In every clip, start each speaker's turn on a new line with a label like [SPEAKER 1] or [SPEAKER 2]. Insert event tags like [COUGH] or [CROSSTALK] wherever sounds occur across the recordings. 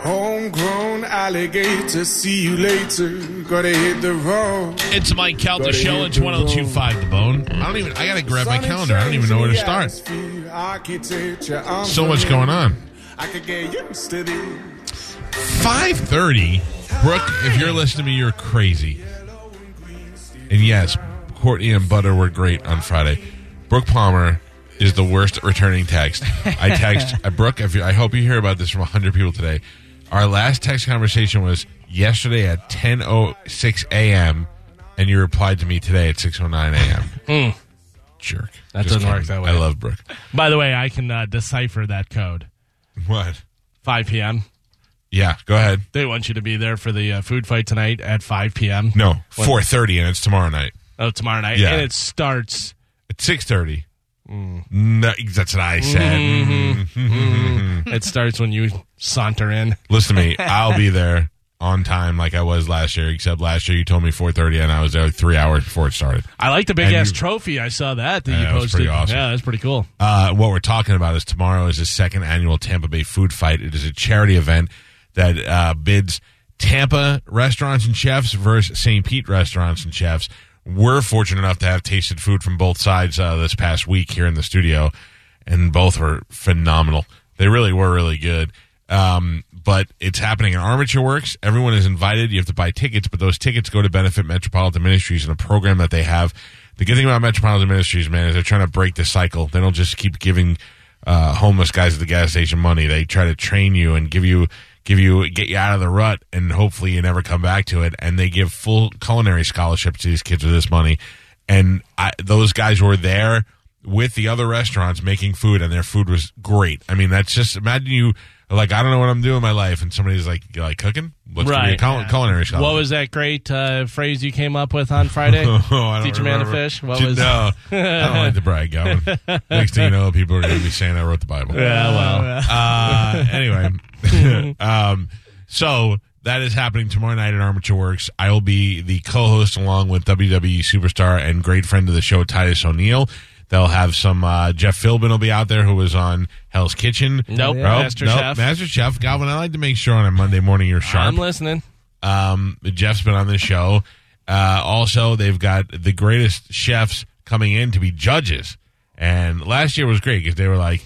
[SPEAKER 1] Homegrown alligator, see you later. Gotta hit the road.
[SPEAKER 2] It's Mike Calta
[SPEAKER 1] Gotta
[SPEAKER 2] show.
[SPEAKER 1] hit
[SPEAKER 2] It's
[SPEAKER 1] the
[SPEAKER 2] 1025 The Bone. I don't even, I got to grab my calendar. I don't even know where to start. So much going on.
[SPEAKER 1] I could get used to this.
[SPEAKER 2] 530. Brooke, if you're listening to me, you're crazy. And yes, Courtney and Butter were great on Friday. Brooke Palmer is the worst at returning text. I
[SPEAKER 3] [LAUGHS]
[SPEAKER 2] text, uh, Brooke, if you, I hope you hear about this from 100 people today. Our last text conversation was yesterday at 10.06 a.m., and you replied to me today at 6.09
[SPEAKER 3] [LAUGHS]
[SPEAKER 2] a.m. Jerk.
[SPEAKER 3] Hmm. That doesn't work that way.
[SPEAKER 2] I love
[SPEAKER 3] [LAUGHS]
[SPEAKER 2] Brooke.
[SPEAKER 3] By the way, I can uh, decipher that code.
[SPEAKER 2] What?
[SPEAKER 3] 5 p.m.
[SPEAKER 2] Yeah, go ahead.
[SPEAKER 3] They want you to be there for the uh, food fight tonight at 5 p.m.
[SPEAKER 2] No, 4.30, and it's tomorrow night.
[SPEAKER 3] Oh, tomorrow night.
[SPEAKER 2] Yeah.
[SPEAKER 3] And it starts.
[SPEAKER 2] At six thirty.
[SPEAKER 3] Hmm.
[SPEAKER 2] No, that's what I said.
[SPEAKER 3] Mm-hmm. it starts when you saunter in.
[SPEAKER 2] Listen to me. I'll be there on time, like I was last year. Except last year, you told me four thirty, and I was there three hours before it started.
[SPEAKER 3] I like the big
[SPEAKER 2] And
[SPEAKER 3] ass
[SPEAKER 2] you-
[SPEAKER 3] trophy. I saw that that
[SPEAKER 2] Yeah,
[SPEAKER 3] you
[SPEAKER 2] that was
[SPEAKER 3] posted.
[SPEAKER 2] pretty awesome.
[SPEAKER 3] Yeah, that's pretty cool.
[SPEAKER 2] Uh, what we're talking about is tomorrow is the second annual Tampa Bay Food Fight. It is a charity event that uh, bids Tampa restaurants and chefs versus St. Pete restaurants and chefs. We're fortunate enough to have tasted food from both sides uh, this past week here in the studio, and both were phenomenal. They really were really good. Um, but it's happening in Armature Works. Everyone is invited. You have to buy tickets, but those tickets go to benefit Metropolitan Ministries and a program that they have. The good thing about Metropolitan Ministries, man, is they're trying to break the cycle. They don't just keep giving uh, homeless guys at the gas station money. They try to train you and give you give you get you out of the rut, and hopefully you never come back to it. And they give full culinary scholarships to these kids with this money. And I, those guys were there with the other restaurants making food and their food was great. I mean, that's just imagine you like I don't know what I'm doing in my life and somebody's like you like cooking? Let's give you a
[SPEAKER 3] Right,
[SPEAKER 2] cul-
[SPEAKER 3] yeah.
[SPEAKER 2] culinary scholar.
[SPEAKER 3] What was that great uh, phrase you came up
[SPEAKER 2] [LAUGHS]
[SPEAKER 3] with on Friday?
[SPEAKER 2] Oh, I don't
[SPEAKER 3] Teach a man to
[SPEAKER 2] remember.
[SPEAKER 3] fish? What
[SPEAKER 2] Ju-
[SPEAKER 3] was-
[SPEAKER 2] No, I
[SPEAKER 3] [LAUGHS]
[SPEAKER 2] don't like to brag, Gavin. Next thing you know, people are going to be saying I wrote the Bible.
[SPEAKER 3] yeah, well, [LAUGHS]
[SPEAKER 2] Uh, anyway, [LAUGHS] um, so that is happening tomorrow night at Armature Works. I will be the co-host along with WWE superstar and great friend of the show Titus O'Neil. They'll have some uh, Jeff Philbin will be out there who was on Hell's Kitchen.
[SPEAKER 3] Nope, Master Chef.
[SPEAKER 2] Master Chef. Galvin, I like to make sure on a Monday morning you're sharp.
[SPEAKER 3] I'm listening.
[SPEAKER 2] Um, Jeff's been on this show. Uh, also, they've got the greatest chefs coming in to be judges. And last year was great because they were like,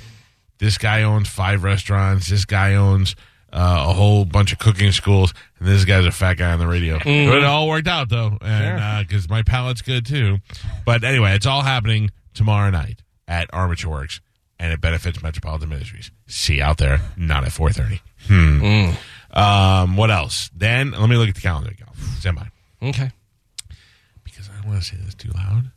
[SPEAKER 2] this guy owns five restaurants, this guy owns uh, a whole bunch of cooking schools, and this guy's a fat guy on the radio. But it all worked out, though, and because my palate's good, too. But anyway, it's all happening tomorrow night at Armature Works, and it benefits Metropolitan Ministries. See you out there, not at 430. Um, what else? Then let me look at the calendar. Go. Stand by.
[SPEAKER 3] Okay.
[SPEAKER 2] Because I don't want to say this too loud.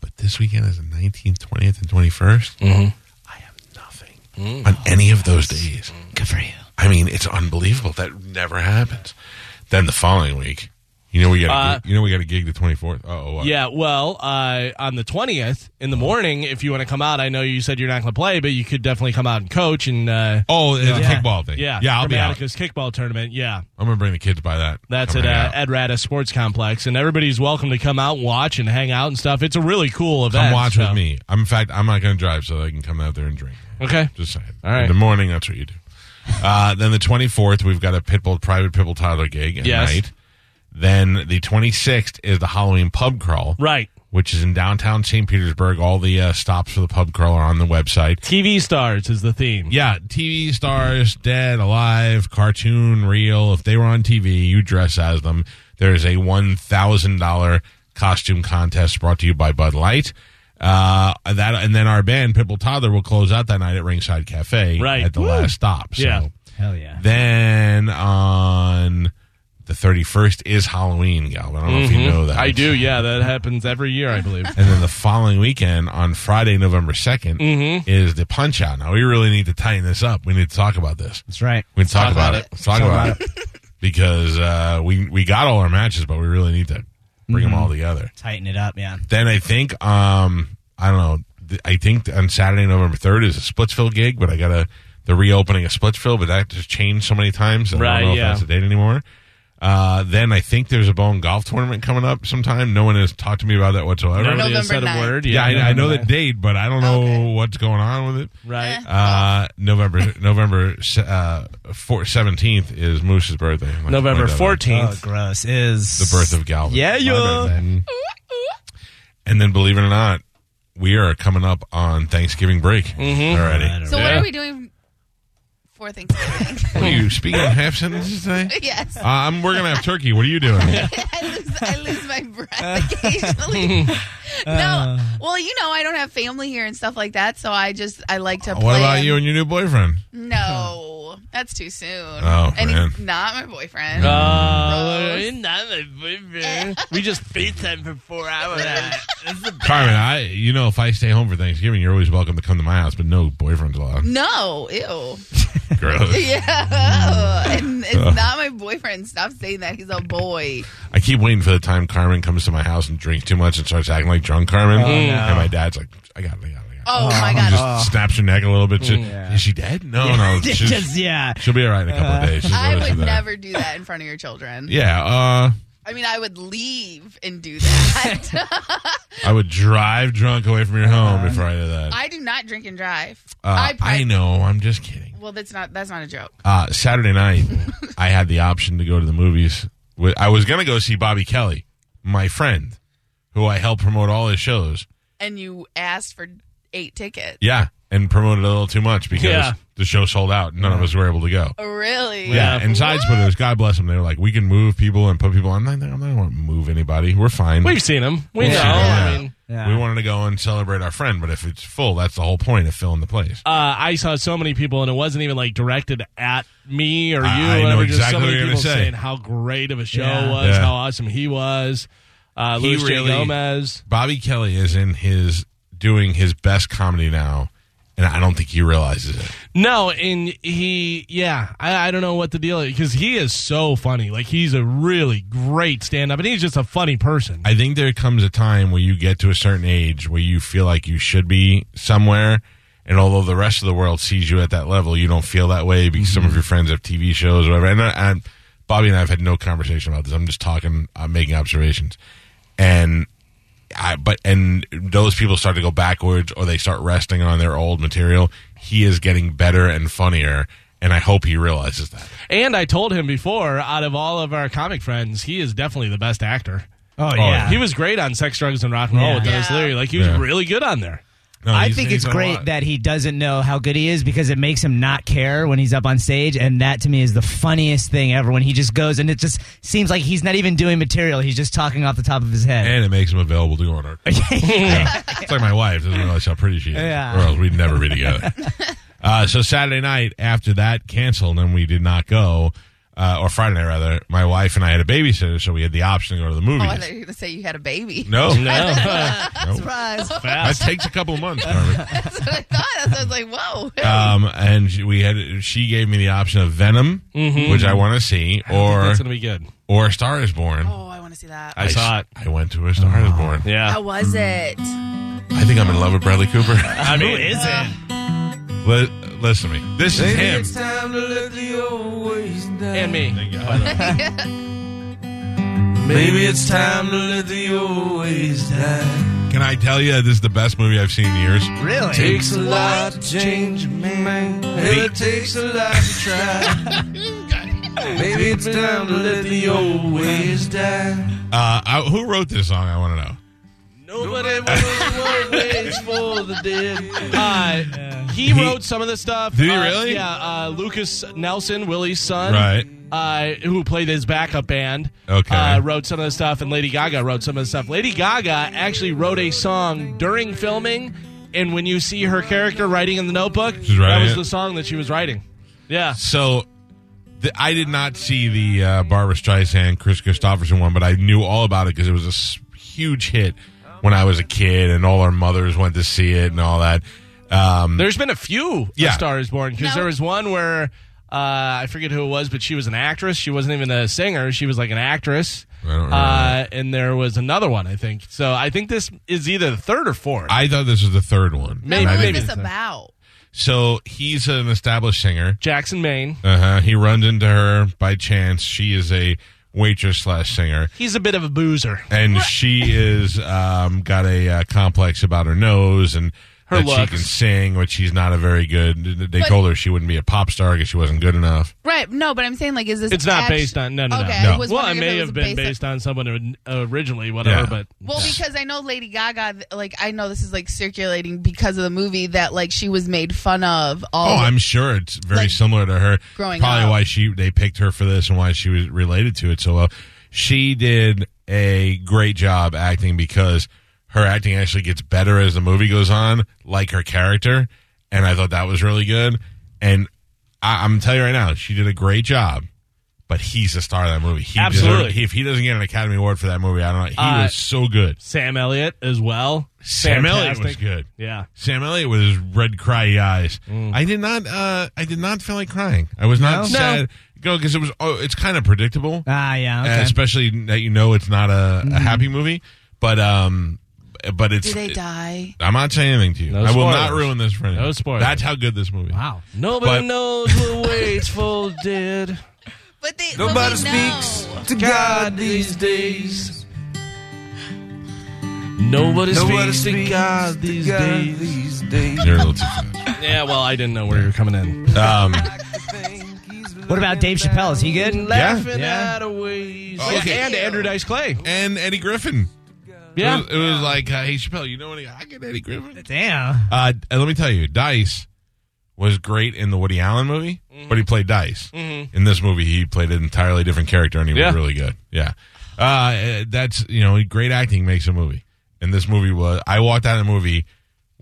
[SPEAKER 2] But this weekend is the 19th, 20th, and 21st. I have nothing on any of those days. Mm. Good for you. I mean, it's unbelievable. That never happens. Then the following week, you know we got a
[SPEAKER 3] Uh,
[SPEAKER 2] gig, you know we got a gig the 24th. Oh, what?
[SPEAKER 3] Yeah, well, uh, on the 20th in the morning, if you want to come out, I know you said you're not going to play, but you could definitely come out and coach and. Uh,
[SPEAKER 2] Oh, it's a kickball thing.
[SPEAKER 3] Yeah,
[SPEAKER 2] yeah. I'll
[SPEAKER 3] from
[SPEAKER 2] be out.
[SPEAKER 3] Attica's kickball tournament. Yeah,
[SPEAKER 2] I'm gonna bring the kids by that.
[SPEAKER 3] That's
[SPEAKER 2] Come
[SPEAKER 3] at uh,
[SPEAKER 2] hang out.
[SPEAKER 3] Ed Rada Sports Complex, and everybody's welcome to come out, and watch, and hang out and stuff. It's a really cool event.
[SPEAKER 2] Come watch
[SPEAKER 3] so-
[SPEAKER 2] with me. I'm, in fact, I'm not gonna drive so I can come out there and drink.
[SPEAKER 3] Okay.
[SPEAKER 2] Just saying.
[SPEAKER 3] All right.
[SPEAKER 2] In the morning, that's what you do. Uh, then the 24th, we've got a Pitbull, private Pitbull Tyler gig at
[SPEAKER 3] Yes.
[SPEAKER 2] night. Then the 26th is the Halloween pub crawl,
[SPEAKER 3] Right.
[SPEAKER 2] which is in downtown St. Petersburg. All the uh, stops for the pub crawl are on the website.
[SPEAKER 3] TV stars is the theme.
[SPEAKER 2] Yeah, TV stars, dead, alive, cartoon, real. If they were on TV, you dress as them. There is a $1,000 costume contest brought to you by Bud Light. Uh, that and then our band Pitbull Toddler will close out that night at Ringside Cafe
[SPEAKER 3] Right.
[SPEAKER 2] at the
[SPEAKER 3] Woo.
[SPEAKER 2] last stop. So
[SPEAKER 3] Yeah.
[SPEAKER 4] Hell yeah.
[SPEAKER 2] then on the The 31st is Halloween, Galvin. I don't know if you know that.
[SPEAKER 3] Mm-hmm. I do. Yeah, that happens every year, I believe.
[SPEAKER 2] And then the following weekend on Friday, November 2nd,
[SPEAKER 3] Mm-hmm.
[SPEAKER 2] is the punch out. Now, we really need to tighten this up. We need to talk about this.
[SPEAKER 4] [LAUGHS] That's right.
[SPEAKER 2] We can talk,
[SPEAKER 3] Talk
[SPEAKER 2] about,
[SPEAKER 3] about
[SPEAKER 2] it. Let's Talk, about, it. [LAUGHS] because uh, we, we got all our matches, but we really need to bring them all together.
[SPEAKER 4] Tighten it up, yeah.
[SPEAKER 2] Then I think, um, I don't know, th- I think on Saturday, November 3rd is a Splitsville gig, but I got to the reopening of Splitsville, but that just changed so many times. that I
[SPEAKER 3] Right,
[SPEAKER 2] don't know
[SPEAKER 3] yeah.
[SPEAKER 2] if that's a date anymore. Uh, then I think there's a Bone Golf Tournament coming up sometime. No one has talked to me about that whatsoever.
[SPEAKER 5] Nobody
[SPEAKER 3] Nobody has said
[SPEAKER 5] November
[SPEAKER 3] a
[SPEAKER 5] 9th.
[SPEAKER 3] word.
[SPEAKER 2] Yeah, I, I know
[SPEAKER 3] November
[SPEAKER 2] the date, but I don't know
[SPEAKER 5] Okay.
[SPEAKER 2] what's going on with it.
[SPEAKER 3] Right.
[SPEAKER 5] Eh.
[SPEAKER 2] Uh, November November uh, four- 17th is Moose's birthday. Like-
[SPEAKER 3] November
[SPEAKER 2] like that.
[SPEAKER 4] Oh,
[SPEAKER 3] 14th.
[SPEAKER 4] gross. Is
[SPEAKER 2] Uh, The birth of Galvin.
[SPEAKER 3] Yeah,
[SPEAKER 2] My
[SPEAKER 3] you-
[SPEAKER 2] birthday. Mm-hmm. And then, believe it or not, we are coming up on Thanksgiving break already.
[SPEAKER 5] Mm-hmm. So what
[SPEAKER 3] Yeah.
[SPEAKER 5] are we doing for Thanksgiving? [LAUGHS]
[SPEAKER 2] What are you speaking in half sentences today?
[SPEAKER 5] yes.
[SPEAKER 2] Uh, I'm, we're going to have turkey. What are you doing?
[SPEAKER 5] I lose, I lose my
[SPEAKER 2] [LAUGHS]
[SPEAKER 5] breath occasionally. no, well, you know, I don't have family here and stuff like that, so I just I like to.
[SPEAKER 2] what about
[SPEAKER 5] plan-
[SPEAKER 2] you and your new boyfriend?
[SPEAKER 5] [LAUGHS] No, that's too soon.
[SPEAKER 2] Oh,
[SPEAKER 5] and
[SPEAKER 2] man.
[SPEAKER 5] he's not my boyfriend.
[SPEAKER 3] Uh, not my boyfriend. [LAUGHS] we just FaceTime for four hours.
[SPEAKER 2] Carmen, I you know if I stay home for Thanksgiving, you're always welcome to come to my house, but no boyfriends
[SPEAKER 5] [LAUGHS]
[SPEAKER 2] allowed.
[SPEAKER 5] no, ew. [LAUGHS]
[SPEAKER 2] Gross.
[SPEAKER 5] Yeah, and it's
[SPEAKER 2] Uh.
[SPEAKER 5] not my boyfriend. Stop saying that. He's a boy.
[SPEAKER 2] I keep waiting for the time Carmen comes to my house and drinks too much and starts acting like drunk Carmen. And my dad's like, I got it, I got it, I got it.
[SPEAKER 5] Oh my
[SPEAKER 2] And
[SPEAKER 5] god.
[SPEAKER 2] Just snaps her neck a little bit. She-
[SPEAKER 4] Yeah.
[SPEAKER 2] Is she dead? No,
[SPEAKER 5] [LAUGHS]
[SPEAKER 2] no. She's,
[SPEAKER 4] [LAUGHS] Just, yeah.
[SPEAKER 2] She'll be all right in a couple of days. She's
[SPEAKER 5] Uh-huh. I
[SPEAKER 2] always
[SPEAKER 5] would
[SPEAKER 2] there.
[SPEAKER 5] never do that in front of your children.
[SPEAKER 2] Yeah, uh,
[SPEAKER 5] I mean, I would leave and do
[SPEAKER 2] [LAUGHS]
[SPEAKER 5] that.
[SPEAKER 2] I would drive drunk away from your home before I did that.
[SPEAKER 5] Uh-huh. I do not drink and drive.
[SPEAKER 2] Uh,
[SPEAKER 5] pri-
[SPEAKER 2] I know. I'm just kidding.
[SPEAKER 5] Well, that's not that's not a joke.
[SPEAKER 2] Uh, Saturday
[SPEAKER 5] [LAUGHS]
[SPEAKER 2] night, I had the option to go to the movies. with- I was gonna go see Bobby Kelly, my friend, who I help promote all his shows.
[SPEAKER 5] And you asked for eight tickets.
[SPEAKER 2] Yeah, and promoted a little too much because
[SPEAKER 3] Yeah.
[SPEAKER 2] the show sold out. None of us were able to go.
[SPEAKER 5] Oh, really?
[SPEAKER 2] Yeah,
[SPEAKER 3] Yeah.
[SPEAKER 2] and sides put it. God bless them. They were like, we can move people and put people. on. I'm not. I'm not going to move anybody. We're fine.
[SPEAKER 3] We've seen him. We know.
[SPEAKER 2] Yeah.
[SPEAKER 3] I mean,
[SPEAKER 4] Yeah.
[SPEAKER 2] We wanted to go and celebrate our friend, but if it's full, that's the whole point of filling the place.
[SPEAKER 3] uh, I saw so many people, and it wasn't even like directed at me or you.
[SPEAKER 2] I- I
[SPEAKER 3] or
[SPEAKER 2] know
[SPEAKER 3] whatever, just
[SPEAKER 2] exactly
[SPEAKER 3] so
[SPEAKER 2] what
[SPEAKER 3] many
[SPEAKER 2] you're gonna
[SPEAKER 3] people
[SPEAKER 2] say.
[SPEAKER 3] saying how great of a show
[SPEAKER 4] Yeah.
[SPEAKER 3] was,
[SPEAKER 2] Yeah.
[SPEAKER 3] how awesome he was. Uh,
[SPEAKER 2] He
[SPEAKER 3] Luis J.
[SPEAKER 2] really-
[SPEAKER 3] Gomez.
[SPEAKER 2] Bobby Kelly is in his doing his best comedy now, and I don't think he realizes it.
[SPEAKER 3] No, and he, yeah, I, I don't know what the deal is because he is so funny. Like he's a really great stand-up, and he's just a funny person.
[SPEAKER 2] I think there comes a time where you get to a certain age where you feel like you should be somewhere. And although the rest of the world sees you at that level, you don't feel that way because some of your friends have TV shows or whatever. And, I, and Bobby and I have had no conversation about this. I'm just talking, I'm making observations. And I, but and those people start to go backwards or they start resting on their old material. He is getting better and funnier, and I hope he realizes that.
[SPEAKER 3] and I told him before, out of all of our comic friends, he is definitely the best actor.
[SPEAKER 4] Oh, yeah.
[SPEAKER 3] He was great on Sex, Drugs, and Rock and Roll
[SPEAKER 4] Yeah.
[SPEAKER 3] with Dennis
[SPEAKER 5] Yeah.
[SPEAKER 3] Leary. Like he was
[SPEAKER 2] Yeah.
[SPEAKER 3] really good on there.
[SPEAKER 2] No,
[SPEAKER 4] I
[SPEAKER 2] he's-
[SPEAKER 4] think
[SPEAKER 2] he's
[SPEAKER 4] it's
[SPEAKER 2] done a
[SPEAKER 4] great
[SPEAKER 2] lot.
[SPEAKER 4] that he doesn't know how good he is because it makes him not care when he's up on stage, and that to me is the funniest thing ever. When he just goes and it just seems like he's not even doing material; he's just talking off the top of his head.
[SPEAKER 2] and it makes him available to go on our. Yeah. It's like my wife doesn't realize how pretty she is,
[SPEAKER 4] Yeah.
[SPEAKER 2] or else we'd never be together. uh, so Saturday night after that canceled, and we did not go, uh, or Friday night rather. My wife and I had a babysitter, so we had the option to go to the
[SPEAKER 5] Oh,
[SPEAKER 2] movies.
[SPEAKER 5] I thought you were gonna say you had a baby. [LAUGHS]
[SPEAKER 2] no,
[SPEAKER 3] No.
[SPEAKER 4] Surprise!
[SPEAKER 2] that takes a couple months. Carmen.
[SPEAKER 5] That's what I thought. That's what I was like, whoa.
[SPEAKER 2] Um, and she- we had she gave me the option of Venom, which I want to see, or
[SPEAKER 3] That's gonna be good.
[SPEAKER 2] or Star is Born.
[SPEAKER 5] [LAUGHS] oh, I want to see that.
[SPEAKER 3] I saw
[SPEAKER 2] s-
[SPEAKER 3] it. Oh.
[SPEAKER 2] I went to a Star is Born.
[SPEAKER 3] Yeah.
[SPEAKER 5] How was it?
[SPEAKER 2] Mm. I think I'm in love with Bradley Cooper. [LAUGHS]
[SPEAKER 3] I mean, is it?
[SPEAKER 2] Li- listen to me. This is him.
[SPEAKER 3] And me.
[SPEAKER 6] [LAUGHS] Maybe it's time to let the old ways die.
[SPEAKER 2] Can I tell you this is the best movie I've seen in years?
[SPEAKER 4] Really?
[SPEAKER 6] Takes a lot to change a man. Hell, it takes a lot to try.
[SPEAKER 2] [LAUGHS]
[SPEAKER 6] Maybe it's time to let the old ways die.
[SPEAKER 2] Uh, I, who wrote this song? I want to know.
[SPEAKER 6] Nobody
[SPEAKER 2] [LAUGHS]
[SPEAKER 6] wants to ways for the dead.
[SPEAKER 3] Uh, he wrote some of the stuff.
[SPEAKER 2] Did he
[SPEAKER 3] Uh,
[SPEAKER 2] really?
[SPEAKER 3] Yeah. Uh, Lucas Nelson, Willie's son,
[SPEAKER 2] Right.
[SPEAKER 3] Uh, who played his backup band?
[SPEAKER 2] Okay.
[SPEAKER 3] Uh, wrote some of the stuff, and Lady Gaga wrote some of the stuff. Lady Gaga actually wrote a song during filming, and when you see her character writing in the Notebook,
[SPEAKER 2] She's writing
[SPEAKER 3] that was
[SPEAKER 2] it?
[SPEAKER 3] the song that she was writing. Yeah.
[SPEAKER 2] So The, I did not see the uh, Barbara Streisand, Chris Christopherson one, but I knew all about it because it was a s- huge hit when I was a kid, and all our mothers went to see it and all that. Um,
[SPEAKER 3] There's been a few
[SPEAKER 2] Yeah.
[SPEAKER 3] A Star is Born because
[SPEAKER 5] No.
[SPEAKER 3] there was one where uh, I forget who it was, but she was an actress. She wasn't even a singer. She was like an actress.
[SPEAKER 2] I don't remember
[SPEAKER 3] uh, and there was another one, I think. So I think this is either the third or fourth.
[SPEAKER 2] I thought this was the third one.
[SPEAKER 3] Maybe-
[SPEAKER 2] And I
[SPEAKER 5] What
[SPEAKER 2] think-
[SPEAKER 5] is this about?
[SPEAKER 2] So he's an established singer.
[SPEAKER 3] Jackson, Maine.
[SPEAKER 2] Uh-huh. He runs into her by chance. She is a waitress slash singer.
[SPEAKER 3] He's a bit of a boozer.
[SPEAKER 2] and she is um, got a uh, complex about her nose and
[SPEAKER 3] Her
[SPEAKER 2] that she
[SPEAKER 3] looks.
[SPEAKER 2] can sing, which she's not a very good. They
[SPEAKER 5] But-
[SPEAKER 2] told her she wouldn't be a pop star because she wasn't good enough.
[SPEAKER 5] Right. No, but I'm saying like, is this?
[SPEAKER 3] It's not
[SPEAKER 5] act-
[SPEAKER 3] based on no no
[SPEAKER 5] Okay,
[SPEAKER 3] no.
[SPEAKER 5] I was
[SPEAKER 3] well, it
[SPEAKER 5] wondering
[SPEAKER 3] may
[SPEAKER 5] if it was
[SPEAKER 3] have been
[SPEAKER 5] based on-
[SPEAKER 3] based on someone originally, whatever.
[SPEAKER 2] Yeah.
[SPEAKER 3] But
[SPEAKER 5] Well, because I know Lady Gaga, th- like I know this is like circulating because of the movie that like she was made fun of. All
[SPEAKER 2] Oh, I'm sure it's very
[SPEAKER 5] Like,
[SPEAKER 2] similar to her.
[SPEAKER 5] growing
[SPEAKER 2] Probably
[SPEAKER 5] up.
[SPEAKER 2] why she they picked her for this and why she was related to it so well. She did a great job acting because her acting actually gets better as the movie goes on, like her character. And I thought that was really good. And I, I'm telling you right now, she did a great job. But he's the star of that movie. He
[SPEAKER 3] Absolutely.
[SPEAKER 2] deserved- if he doesn't get an Academy Award for that movie, I don't know. He
[SPEAKER 3] Uh,
[SPEAKER 2] was so good.
[SPEAKER 3] Sam Elliott as well.
[SPEAKER 2] Sam Elliott was
[SPEAKER 3] Fantastic.
[SPEAKER 2] good.
[SPEAKER 3] Yeah.
[SPEAKER 2] Sam Elliott with his red cry eyes.
[SPEAKER 3] Mm.
[SPEAKER 2] I did not. Uh, I did not feel like crying. I was not
[SPEAKER 4] No?
[SPEAKER 2] sad. No, because it was. Oh, it's kind of predictable,
[SPEAKER 4] [LAUGHS] Ah, yeah.
[SPEAKER 2] uh,
[SPEAKER 4] Okay.
[SPEAKER 2] especially that you know it's not a,
[SPEAKER 3] Mm-hmm.
[SPEAKER 2] a happy movie. But um, but it's.
[SPEAKER 5] Do they die?
[SPEAKER 2] I'm not saying anything to you.
[SPEAKER 3] No
[SPEAKER 2] I will not
[SPEAKER 3] spoilers.
[SPEAKER 2] ruin this for anyone.
[SPEAKER 3] No spoilers.
[SPEAKER 2] That's how good this movie.
[SPEAKER 4] wow.
[SPEAKER 3] Nobody
[SPEAKER 2] But-
[SPEAKER 3] knows what waits for dead.
[SPEAKER 5] But they but
[SPEAKER 6] Nobody
[SPEAKER 5] we
[SPEAKER 6] speaks
[SPEAKER 5] know.
[SPEAKER 6] to God these days.
[SPEAKER 3] Nobody,
[SPEAKER 6] Nobody
[SPEAKER 3] speaks to
[SPEAKER 6] speaks
[SPEAKER 3] God these days.
[SPEAKER 6] these days.
[SPEAKER 2] You're a little too
[SPEAKER 3] [LAUGHS]
[SPEAKER 2] fast.
[SPEAKER 3] Yeah, well, I didn't know where you were coming in.
[SPEAKER 2] Um,
[SPEAKER 4] What about Dave Chappelle? Is he good?
[SPEAKER 2] Laughing
[SPEAKER 4] Yeah.
[SPEAKER 3] of ways.
[SPEAKER 2] Oh, okay.
[SPEAKER 3] And Andrew Dice Clay.
[SPEAKER 2] and Eddie Griffin. It
[SPEAKER 3] Yeah.
[SPEAKER 2] was, it was like, uh, hey Chappelle, you know what? I get Eddie Griffin.
[SPEAKER 4] Damn.
[SPEAKER 2] Uh, and let me tell you, Dice was great in the Woody Allen movie, but he played Dice. In this movie, he played an entirely different character, and he
[SPEAKER 3] Yeah.
[SPEAKER 2] was really good. Yeah, uh, uh, that's you know, great acting makes a movie. And this movie was. I walked out of the movie,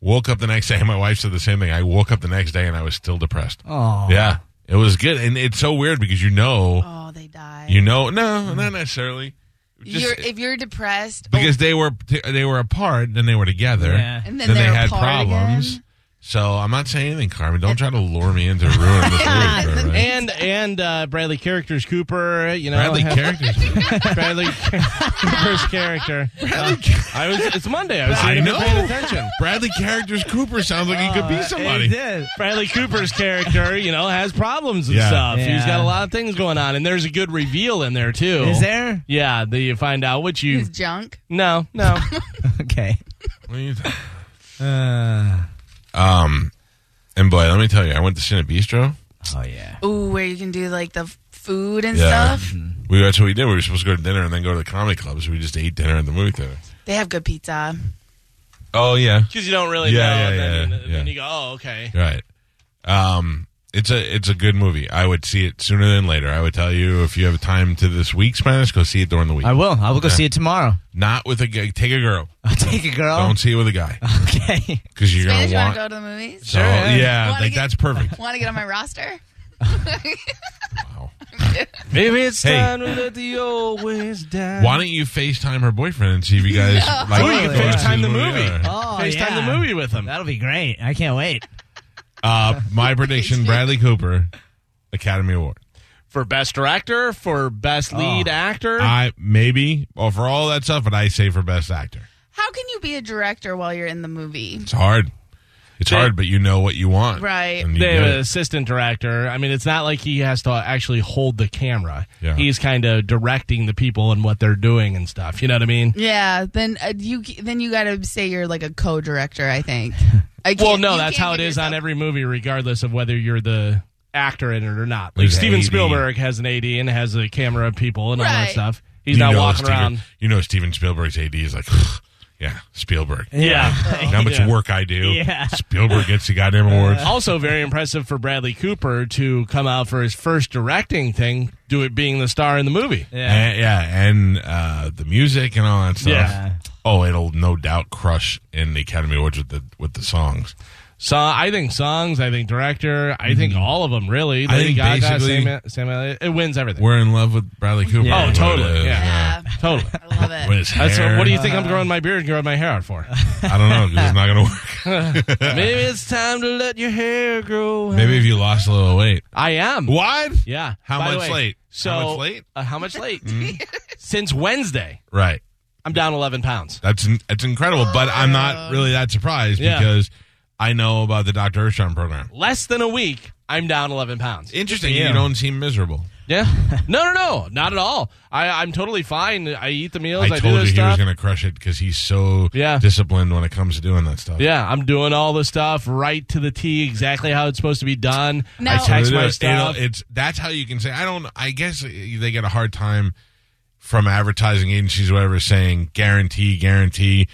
[SPEAKER 2] woke up the next day, [LAUGHS] and my wife said the same thing. I woke up the next day and I was still depressed.
[SPEAKER 4] Oh.
[SPEAKER 2] Yeah, it was good, and it's so weird because you know,
[SPEAKER 5] Oh, they die.
[SPEAKER 2] you know, no, not necessarily. Just-
[SPEAKER 5] you're, if you're depressed, oh,
[SPEAKER 2] because they were they were apart, then they were together,
[SPEAKER 4] Yeah.
[SPEAKER 5] And then
[SPEAKER 2] they
[SPEAKER 5] they're
[SPEAKER 2] had
[SPEAKER 5] apart
[SPEAKER 2] problems.
[SPEAKER 5] again.
[SPEAKER 2] So I'm not saying anything, Carmen. Don't try to lure me into
[SPEAKER 5] [LAUGHS]
[SPEAKER 2] ruining this
[SPEAKER 5] Yeah,
[SPEAKER 2] movie.
[SPEAKER 5] it's
[SPEAKER 2] Carmen.
[SPEAKER 5] an-
[SPEAKER 3] And and uh, Bradley Characters Cooper, you know, [LAUGHS]
[SPEAKER 2] Bradley
[SPEAKER 3] had-
[SPEAKER 2] characters.
[SPEAKER 3] Bradley Cooper's character. Uh, I was. It's Monday. I was.
[SPEAKER 2] I
[SPEAKER 3] sitting there
[SPEAKER 2] know.
[SPEAKER 3] Paying attention.
[SPEAKER 2] Bradley characters. Cooper sounds like he could be
[SPEAKER 4] He
[SPEAKER 2] somebody.
[SPEAKER 4] did.
[SPEAKER 3] Bradley Cooper's character, you know, has problems and
[SPEAKER 2] Yeah.
[SPEAKER 3] stuff. He's
[SPEAKER 4] Yeah.
[SPEAKER 3] got a lot of things going on, and there's a good reveal in there too.
[SPEAKER 4] Is there?
[SPEAKER 3] Yeah, that you find out what you.
[SPEAKER 5] it's junk.
[SPEAKER 3] No, [LAUGHS] no.
[SPEAKER 4] Okay.
[SPEAKER 2] What do you think?
[SPEAKER 4] Uh,
[SPEAKER 2] Um, and boy, let me tell you, I went to Cine Bistro.
[SPEAKER 4] oh yeah.
[SPEAKER 5] Ooh, where you can do like the f- food and
[SPEAKER 2] Yeah.
[SPEAKER 5] stuff.
[SPEAKER 2] We that's what we did. We were supposed to go to dinner and then go to the comedy club, so we just ate dinner at the movie theater.
[SPEAKER 5] They have good pizza.
[SPEAKER 2] Oh yeah,
[SPEAKER 3] Because you don't really
[SPEAKER 2] Yeah,
[SPEAKER 3] know.
[SPEAKER 2] yeah,
[SPEAKER 3] and then,
[SPEAKER 2] yeah,
[SPEAKER 3] and then
[SPEAKER 2] yeah.
[SPEAKER 3] you go, oh, okay.
[SPEAKER 2] Right. Um, it's a it's a good movie. I would see it sooner than later. I would tell you if you have time to this week Spanish, go see it during the week.
[SPEAKER 4] I will. I will go see it tomorrow.
[SPEAKER 2] Not with a guy. Take a girl.
[SPEAKER 4] I'll take a
[SPEAKER 3] Oh.
[SPEAKER 4] girl.
[SPEAKER 2] Don't see it with a guy
[SPEAKER 4] Okay.
[SPEAKER 2] because you're
[SPEAKER 5] Spanish, you
[SPEAKER 2] gonna
[SPEAKER 5] want
[SPEAKER 2] want.
[SPEAKER 5] to go to the movies?
[SPEAKER 2] so, yeah,
[SPEAKER 5] Wanna
[SPEAKER 2] like
[SPEAKER 5] get-
[SPEAKER 2] that's
[SPEAKER 5] [LAUGHS]
[SPEAKER 2] perfect.
[SPEAKER 5] Want to get on my roster?
[SPEAKER 2] Wow.
[SPEAKER 3] Maybe it's
[SPEAKER 2] Hey.
[SPEAKER 3] time to let the old ways down.
[SPEAKER 2] Why don't you FaceTime her boyfriend and see if you guys
[SPEAKER 5] [LAUGHS]
[SPEAKER 2] like?
[SPEAKER 3] Ooh, you can
[SPEAKER 2] go to
[SPEAKER 3] FaceTime the movie.
[SPEAKER 2] together?
[SPEAKER 4] Oh
[SPEAKER 3] [LAUGHS] FaceTime
[SPEAKER 4] yeah.
[SPEAKER 3] the movie with him.
[SPEAKER 4] That'll be great. I can't wait.
[SPEAKER 2] Uh, my
[SPEAKER 5] [LAUGHS]
[SPEAKER 2] prediction: Bradley Cooper, Academy Award.
[SPEAKER 3] for best director, for best lead actor.
[SPEAKER 2] I maybe or for all that stuff, but I say for best actor.
[SPEAKER 5] How can you be a director while you're in the movie?
[SPEAKER 2] It's hard. It's
[SPEAKER 3] They-
[SPEAKER 2] hard, but you know what you want,
[SPEAKER 5] Right.
[SPEAKER 2] And you
[SPEAKER 3] the
[SPEAKER 2] get it.
[SPEAKER 3] assistant director. I mean, it's not like he has to actually hold the camera.
[SPEAKER 2] Yeah.
[SPEAKER 3] He's kind of directing the people and what they're doing and stuff. You know what I mean?
[SPEAKER 5] Yeah, then uh, you then you got to say you're like a co-director. I think. I
[SPEAKER 3] Well,
[SPEAKER 5] can't-
[SPEAKER 3] no,
[SPEAKER 5] you
[SPEAKER 3] that's
[SPEAKER 5] can't
[SPEAKER 3] how it
[SPEAKER 5] give
[SPEAKER 3] is on
[SPEAKER 5] yourself-
[SPEAKER 3] every movie, regardless of whether you're the actor in it or not. Like
[SPEAKER 2] There's
[SPEAKER 3] Steven
[SPEAKER 2] AD.
[SPEAKER 3] Spielberg has an AD and has a camera people and all that
[SPEAKER 5] Right.
[SPEAKER 3] stuff. He's
[SPEAKER 2] You
[SPEAKER 3] not
[SPEAKER 2] know
[SPEAKER 3] walking
[SPEAKER 2] Steven-
[SPEAKER 3] around.
[SPEAKER 2] You know Steven Spielberg's AD is like, yeah, Spielberg.
[SPEAKER 3] Yeah.
[SPEAKER 2] You know how much
[SPEAKER 3] Yeah.
[SPEAKER 2] work I do.
[SPEAKER 4] Yeah.
[SPEAKER 2] Spielberg gets the goddamn awards.
[SPEAKER 3] also very impressive for Bradley Cooper to come out for his first directing thing, do it being the star in the movie.
[SPEAKER 4] Yeah.
[SPEAKER 2] And, yeah, and uh, the music and all that stuff.
[SPEAKER 3] Yeah.
[SPEAKER 2] Oh, it'll no doubt crush in the Academy Awards with the with the songs.
[SPEAKER 3] So I think songs, I think director, I think all of them really.
[SPEAKER 2] Mm-hmm. I
[SPEAKER 3] Lady
[SPEAKER 2] think
[SPEAKER 3] Gaga,
[SPEAKER 2] basically-
[SPEAKER 3] Sam, Sam Elliott, it wins everything.
[SPEAKER 2] We're in love with Bradley Cooper.
[SPEAKER 4] Yeah.
[SPEAKER 3] Oh, totally,
[SPEAKER 2] With, uh,
[SPEAKER 3] yeah.
[SPEAKER 5] Yeah.
[SPEAKER 3] Totally.
[SPEAKER 5] I
[SPEAKER 2] [LAUGHS]
[SPEAKER 5] love it.
[SPEAKER 2] With his hair.
[SPEAKER 3] That's what, what do you think I'm growing my beard and growing my hair
[SPEAKER 2] [LAUGHS]
[SPEAKER 3] out for?
[SPEAKER 2] I don't know. 'cause It's not going to
[SPEAKER 3] [LAUGHS]
[SPEAKER 2] work.
[SPEAKER 3] Maybe it's time to let your hair grow.
[SPEAKER 2] Maybe if you lost a little weight.
[SPEAKER 3] I am.
[SPEAKER 2] What?
[SPEAKER 3] Yeah.
[SPEAKER 2] How
[SPEAKER 3] By the
[SPEAKER 2] much
[SPEAKER 3] way,
[SPEAKER 2] late? How
[SPEAKER 3] So
[SPEAKER 2] much late? Mm-hmm.
[SPEAKER 3] Uh, how much late? Since Wednesday,
[SPEAKER 2] Right.
[SPEAKER 3] I'm down 11 pounds.
[SPEAKER 2] That's that's incredible. But I'm not really that surprised
[SPEAKER 3] Yeah.
[SPEAKER 2] because I know about the Dr. Ershon program.
[SPEAKER 3] Less than a week, I'm down 11 pounds.
[SPEAKER 2] Interesting. You don't seem miserable. [LAUGHS]
[SPEAKER 3] Yeah. No, no, no, not at all. I, I'm totally fine. I eat the meals.
[SPEAKER 2] I,
[SPEAKER 3] I, do
[SPEAKER 2] told you
[SPEAKER 3] this
[SPEAKER 2] he
[SPEAKER 3] stuff.
[SPEAKER 2] was going to crush it because he's so
[SPEAKER 3] Yeah.
[SPEAKER 2] disciplined when it comes to doing that stuff.
[SPEAKER 3] yeah, I'm doing all the stuff right to the T, exactly how it's supposed to be done.
[SPEAKER 5] Now-
[SPEAKER 3] I
[SPEAKER 2] So they
[SPEAKER 3] text
[SPEAKER 2] do
[SPEAKER 3] my
[SPEAKER 2] it. It'll-
[SPEAKER 3] stuff.
[SPEAKER 2] It's that's how you can say. I don't. I guess they get a hard time from advertising agencies, or whatever, saying guarantee, guarantee.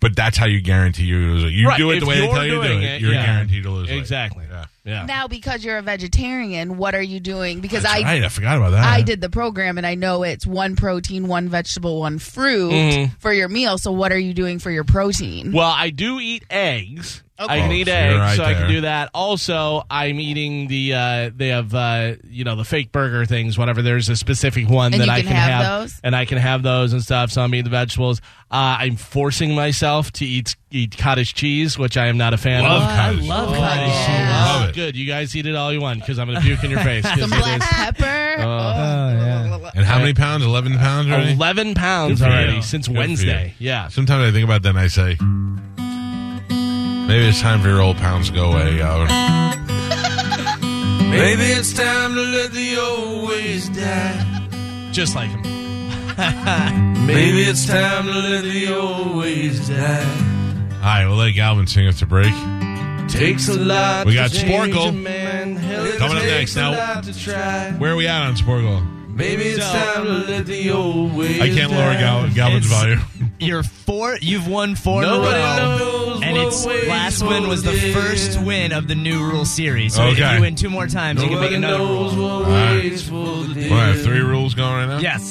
[SPEAKER 2] But that's how you guarantee you lose weight. You
[SPEAKER 3] Right,
[SPEAKER 2] do it the
[SPEAKER 3] if
[SPEAKER 2] way they
[SPEAKER 3] you're
[SPEAKER 2] tell you to do
[SPEAKER 3] doing
[SPEAKER 2] it.
[SPEAKER 3] it,
[SPEAKER 2] you're
[SPEAKER 3] yeah.
[SPEAKER 2] guaranteed to lose weight.
[SPEAKER 3] exactly. Yeah.
[SPEAKER 5] Now, because you're a vegetarian, what are you doing? Because
[SPEAKER 2] That's
[SPEAKER 5] I
[SPEAKER 2] right. I forgot about that.
[SPEAKER 5] I did the program and I know it's one protein, one vegetable, one fruit for your meal. So what are you doing for your protein?
[SPEAKER 3] Well, I do eat eggs. I can
[SPEAKER 2] Oh,
[SPEAKER 3] eat
[SPEAKER 2] so you're
[SPEAKER 3] eggs,
[SPEAKER 2] right
[SPEAKER 3] so I
[SPEAKER 2] there.
[SPEAKER 3] can do that. Also, I'm eating the uh, they have uh, you know the fake burger things. Whatever, there's a specific one
[SPEAKER 5] And
[SPEAKER 3] that
[SPEAKER 5] you
[SPEAKER 3] I
[SPEAKER 5] can
[SPEAKER 3] can
[SPEAKER 5] have
[SPEAKER 3] have,
[SPEAKER 5] those?
[SPEAKER 3] and I can have those and stuff. So I'm eating the vegetables. Uh, I'm forcing myself to eat eat cottage cheese, which I am not a fan
[SPEAKER 2] Love
[SPEAKER 3] of.
[SPEAKER 2] cottage.
[SPEAKER 4] love
[SPEAKER 5] cottage cheese.
[SPEAKER 2] yeah.
[SPEAKER 3] Oh,
[SPEAKER 2] Love it.
[SPEAKER 3] Good, you guys eat it all you want because I'm gonna puke in your face. 'cause
[SPEAKER 5] Some
[SPEAKER 3] it
[SPEAKER 5] black [LAUGHS]
[SPEAKER 3] is
[SPEAKER 5] pepper. Oh.
[SPEAKER 2] And how many pounds? Eleven pounds. Already?
[SPEAKER 3] Eleven pounds
[SPEAKER 2] Good for
[SPEAKER 3] already
[SPEAKER 2] you.
[SPEAKER 3] since
[SPEAKER 2] Good for you.
[SPEAKER 3] Wednesday. Yeah.
[SPEAKER 2] Sometimes I think about that and I say, maybe it's time for your old pounds to go away. Galvin.
[SPEAKER 6] Maybe it's time to let the old ways die.
[SPEAKER 3] Just like him.
[SPEAKER 6] Maybe it's time to let the old ways die.
[SPEAKER 2] All right, we'll let Galvin sing us to break.
[SPEAKER 6] Takes a lot.
[SPEAKER 2] We got
[SPEAKER 6] to change
[SPEAKER 2] Sporkle.
[SPEAKER 6] a man. Hell, it
[SPEAKER 2] Coming up
[SPEAKER 6] takes
[SPEAKER 2] next. Now-
[SPEAKER 6] a lot to try.
[SPEAKER 2] Where are we at on Sporgle?
[SPEAKER 6] Maybe it's time to let the old ways
[SPEAKER 2] I can't lower
[SPEAKER 6] die.
[SPEAKER 2] Gal- Galvin's
[SPEAKER 4] It's-
[SPEAKER 2] volume.
[SPEAKER 4] [LAUGHS] You're four. You've won four
[SPEAKER 6] Nobody
[SPEAKER 4] in a row.
[SPEAKER 6] knows
[SPEAKER 4] And
[SPEAKER 6] what
[SPEAKER 4] it's
[SPEAKER 6] ways
[SPEAKER 4] last win was the
[SPEAKER 6] will
[SPEAKER 4] first
[SPEAKER 6] end.
[SPEAKER 4] win of the new rule series. So
[SPEAKER 2] Okay.
[SPEAKER 4] if you win two more times, you can
[SPEAKER 6] Nobody
[SPEAKER 4] make another
[SPEAKER 6] knows
[SPEAKER 4] rule.
[SPEAKER 6] what
[SPEAKER 2] right.
[SPEAKER 6] ways will the
[SPEAKER 2] What, I have three rules going right now?
[SPEAKER 4] Yes.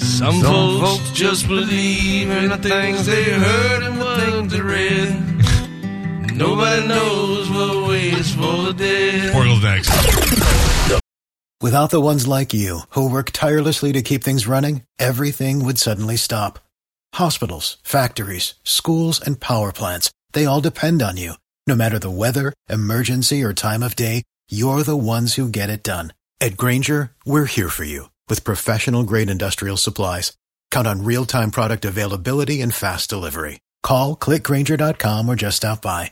[SPEAKER 6] Some folks just believe in the things they heard and what they [LAUGHS] read. Nobody knows what waits for the dead.
[SPEAKER 2] Sporgle's next.
[SPEAKER 7] Without the ones like you, who work tirelessly to keep things running, everything would suddenly stop. Hospitals, factories, schools, and power plants, they all depend on you. No matter the weather, emergency, or time of day, you're the ones who get it done. At Granger, we're here for you with professional grade industrial supplies. Count on real time product availability and fast delivery. Call clickgranger.com or just stop by.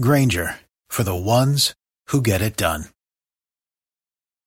[SPEAKER 7] Granger for the ones who get it done.